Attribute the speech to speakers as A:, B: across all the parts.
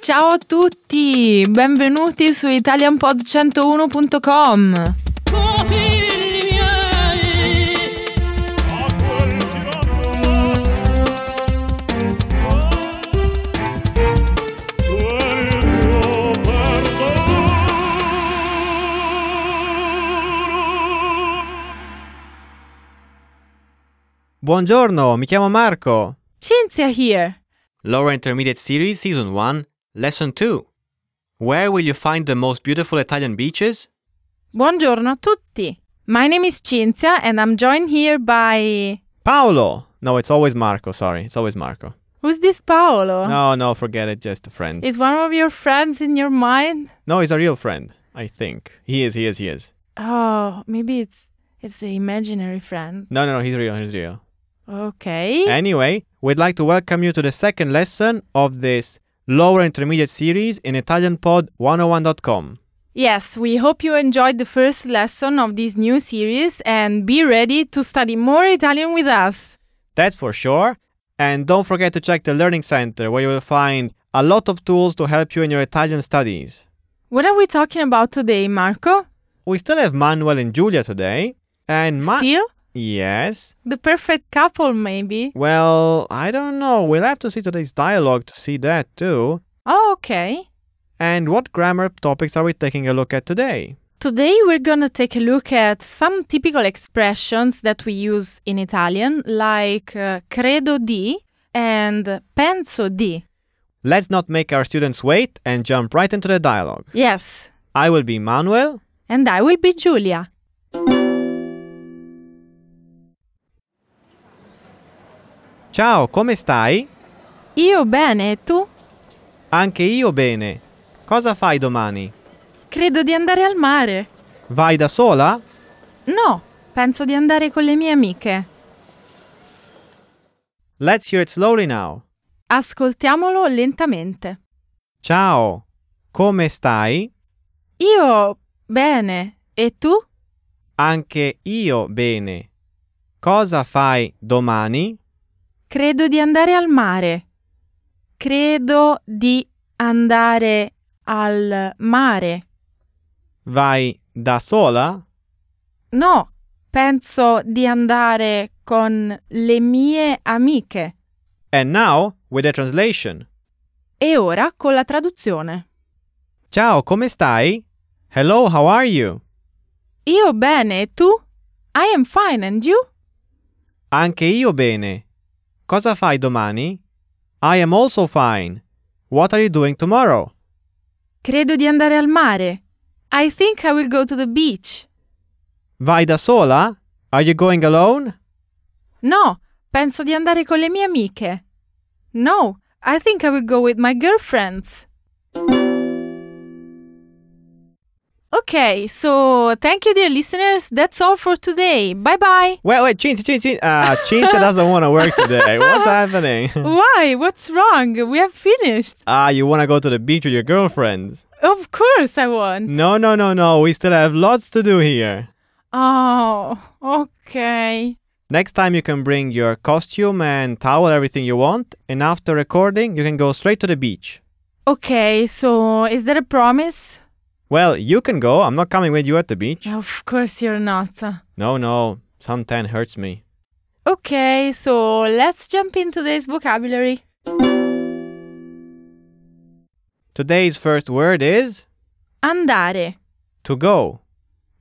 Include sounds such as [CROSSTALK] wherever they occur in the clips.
A: Ciao a tutti, benvenuti su italianpod101.com.
B: Buongiorno, mi chiamo Marco.
A: Cinzia here.
B: Lower Intermediate Series Season 1, Lesson 2. Where will you find the most beautiful Italian beaches?
A: Buongiorno a tutti. My name is Cinzia and I'm joined here by
B: Paolo! No, it's always Marco, sorry. It's always Marco.
A: Who's this Paolo?
B: No, no, forget it, just a friend.
A: Is one of your friends in your mind?
B: No, he's a real friend, I think. He is, he is, he is.
A: Oh, maybe it's it's an imaginary friend.
B: No, no, no, he's real, he's real.
A: Okay.
B: Anyway, we'd like to welcome you to the second lesson of this Lower Intermediate Series in ItalianPod101.com.
A: Yes, we hope you enjoyed the first lesson of this new series and be ready to study more Italian with us.
B: That's for sure. And don't forget to check the Learning Center, where you will find a lot of tools to help you in your Italian studies.
A: What are we talking about today, Marco?
B: We still have Manuel and Giulia today. And Ma-
A: Still?
B: Yes.
A: The perfect couple, maybe.
B: Well, I don't know. We'll have to see today's dialogue to see that too.
A: Oh, okay.
B: And what grammar topics are we taking a look at today?
A: Today we're gonna take a look at some typical expressions that we use in Italian, like uh, credo di and penso di.
B: Let's not make our students wait and jump right into the dialogue.
A: Yes,
B: I will be Manuel.
A: and I will be Giulia.
B: Ciao, come stai?
A: Io bene, e tu?
B: Anche io bene. Cosa fai domani?
A: Credo di andare al mare.
B: Vai da sola?
A: No, penso di andare con le mie amiche.
B: Let's hear it slowly now.
A: Ascoltiamolo lentamente.
B: Ciao, come stai?
A: Io bene, e tu?
B: Anche io bene. Cosa fai domani?
A: Credo di andare al mare. Credo di andare al mare.
B: Vai da sola?
A: No, penso di andare con le mie amiche.
B: And now with the translation.
A: E ora con la traduzione.
B: Ciao, come stai? Hello, how are you?
A: Io bene, e tu? I am fine, and you?
B: Anche io bene. Cosa fai domani? I am also fine. What are you doing tomorrow?
A: Credo di andare al mare. I think I will go to the beach.
B: Vai da sola? Are you going alone?
A: No, penso di andare con le mie amiche. No, I think I will go with my girlfriends. Okay, so thank you, dear listeners. That's all for today. Bye bye.
B: Wait, wait, Cinzia, Cinzia, uh, Cinzia doesn't want to work today. What's happening?
A: Why? What's wrong? We have finished.
B: Ah, you want to go to the beach with your girlfriends?
A: Of course, I won.
B: No, no, no, no. We still have lots to do here.
A: Oh, okay.
B: Next time you can bring your costume and towel, everything you want, and after recording, you can go straight to the beach.
A: Okay, so is there a promise?
B: Well, you can go. I'm not coming with you at the beach.
A: Of course, you're not.
B: No, no. Sun tan hurts me.
A: Okay, so let's jump into today's vocabulary.
B: Today's first word is
A: Andare.
B: to go.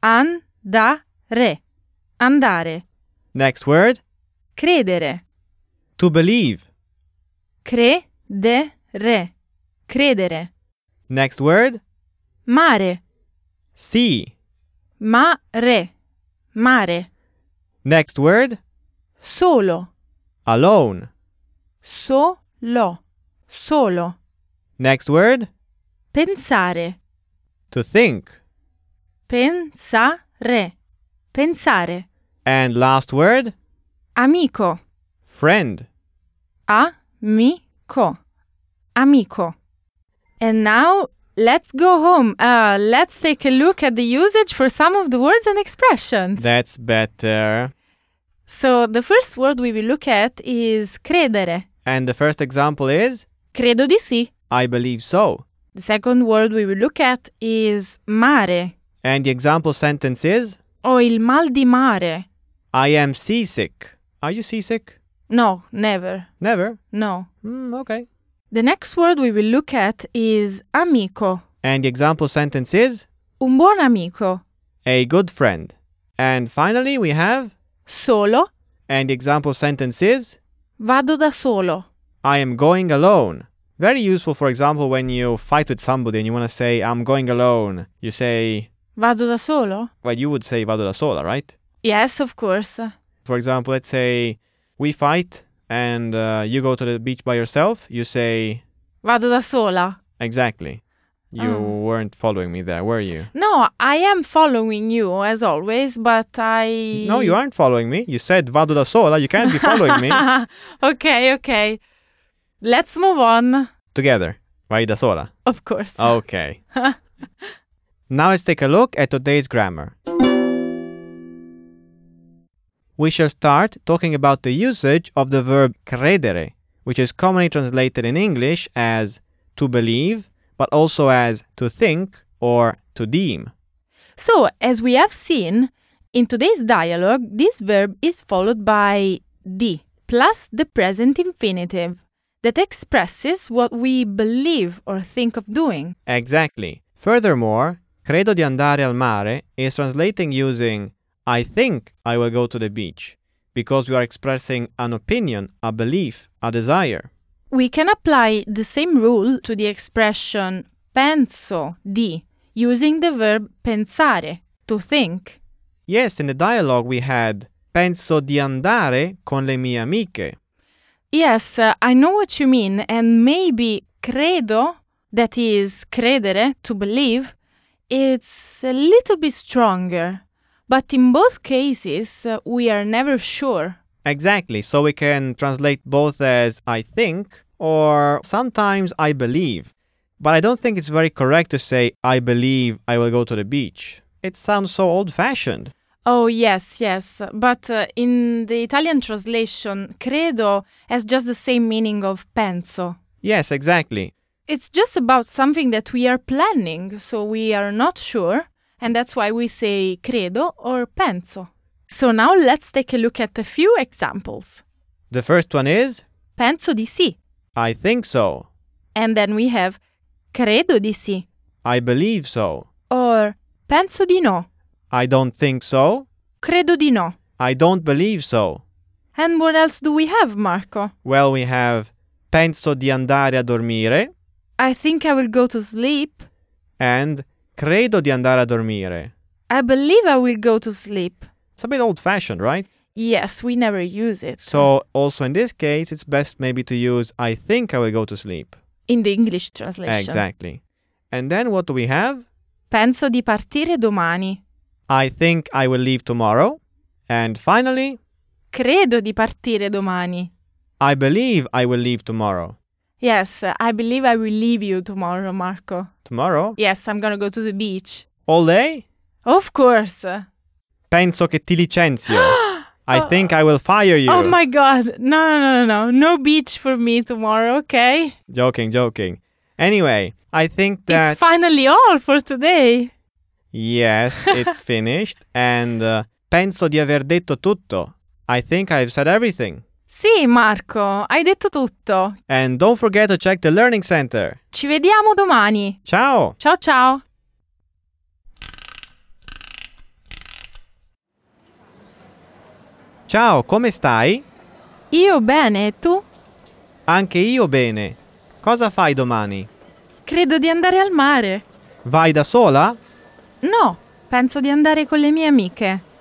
A: Andare. Andare.
B: Next word,
A: Credere.
B: to believe.
A: Credere. Credere.
B: Next word,
A: Mare.
B: see.
A: Mare. Mare.
B: Next word,
A: Solo.
B: alone.
A: Solo. Solo.
B: Next word,
A: Pensare.
B: to think.
A: Pensare. Pensare.
B: And last word,
A: Amico.
B: friend.
A: Amico. Amico. And now let's go home. Uh, let's take a look at the usage for some of the words and expressions.
B: That's better.
A: so the first word we will look at is credere.
B: And the first example is
A: Credo di sì.
B: I believe so.
A: The second word we will look at is mare
B: And the example sentence is
A: Ho il mal di mare.
B: I am seasick. Are you seasick?
A: No, never.
B: Never?
A: No.
B: Mm, okay.
A: The next word we will look at is amico.
B: And the example sentence is
A: Un buon amico.
B: a good friend. And finally, we have,
A: Solo.
B: and the example sentence is
A: Vado da solo.
B: I am going alone. Very useful, for example, when you fight with somebody and you want to say, I'm going alone. You say,
A: Vado da solo?
B: well, you would say vado da sola, right?
A: Yes, of course.
B: For example, let's say we fight and uh, you go to the beach by yourself. You say,
A: Vado da sola.
B: exactly. You
A: Oh.
B: weren't following me there, were you?
A: No, I am following you as always, but I.
B: No, you aren't following me. You said vado da sola. You can't be following me.
A: okay, okay. Let's move on.
B: Together. Vai da sola.
A: Of course.
B: Okay. now let's take a look at today's grammar. We shall start talking about the usage of the verb credere, which is commonly translated in English as to believe, but also as to think or to deem.
A: So, as we have seen, in today's dialogue, this verb is followed by di plus the present infinitive that expresses what we believe or think of doing.
B: Exactly. Furthermore, credo di andare al mare is translating using I think I will go to the beach because we are expressing an opinion, a belief, a desire.
A: We can apply the same rule to the expression penso di using the verb pensare, to think.
B: Yes, in the dialogue we had penso di andare con le mie amiche.
A: Yes, uh, I know what you mean, and maybe credo, that is credere, to believe, it's a little bit stronger. But in both cases, uh, we are never sure.
B: Exactly, so we can translate both as I think or sometimes I believe. But I don't think it's very correct to say I believe I will go to the beach. It sounds so old fashioned.
A: Oh, yes, yes. But uh, in the Italian translation, credo has just the same meaning of penso.
B: Yes, exactly.
A: It's just about something that we are planning, so we are not sure, and that's why we say credo or penso. So now let's take a look at a few examples.
B: The first one is
A: Penso di sì,
B: I think so.
A: and then we have credo di sì,
B: I believe so.
A: or penso di no,
B: I don't think so.
A: credo di no.
B: I don't believe so.
A: And what else do we have, Marco?
B: Well, we have penso di andare a dormire.
A: I think I will go to sleep.
B: and credo di andare a dormire.
A: I believe I will go to sleep.
B: It's a bit old fashioned, right?
A: Yes, we never use it.
B: So, also in this case, it's best maybe to use I think I will go to sleep.
A: in the English translation.
B: Exactly. And then what do we have?
A: Penso di partire domani.
B: I think I will leave tomorrow. And finally,
A: Credo di partire domani.
B: I believe I will leave tomorrow.
A: Yes, I believe I will leave you tomorrow, Marco.
B: Tomorrow?
A: Yes, I'm gonna go to the beach.
B: All day?
A: Of course.
B: Penso che
A: [GASPS]
B: ti licenzio. I think I will fire you.
A: Oh my god. No, no, no, no, no. No beach for me tomorrow, okay?
B: Joking, joking. Anyway, I think that
A: It's finally all for today.
B: Yes, it's
A: [LAUGHS]
B: finished. And uh, penso di aver detto tutto. I think I've said everything.
A: Sì, Marco, hai detto tutto.
B: And don't forget to check the Learning Center.
A: Ci vediamo domani.
B: Ciao!
A: Ciao ciao.
B: Ciao, come stai?
A: Io bene, e tu?
B: Anche io bene. Cosa fai domani?
A: Credo di andare al mare.
B: Vai da sola?
A: No, penso di andare con le mie amiche.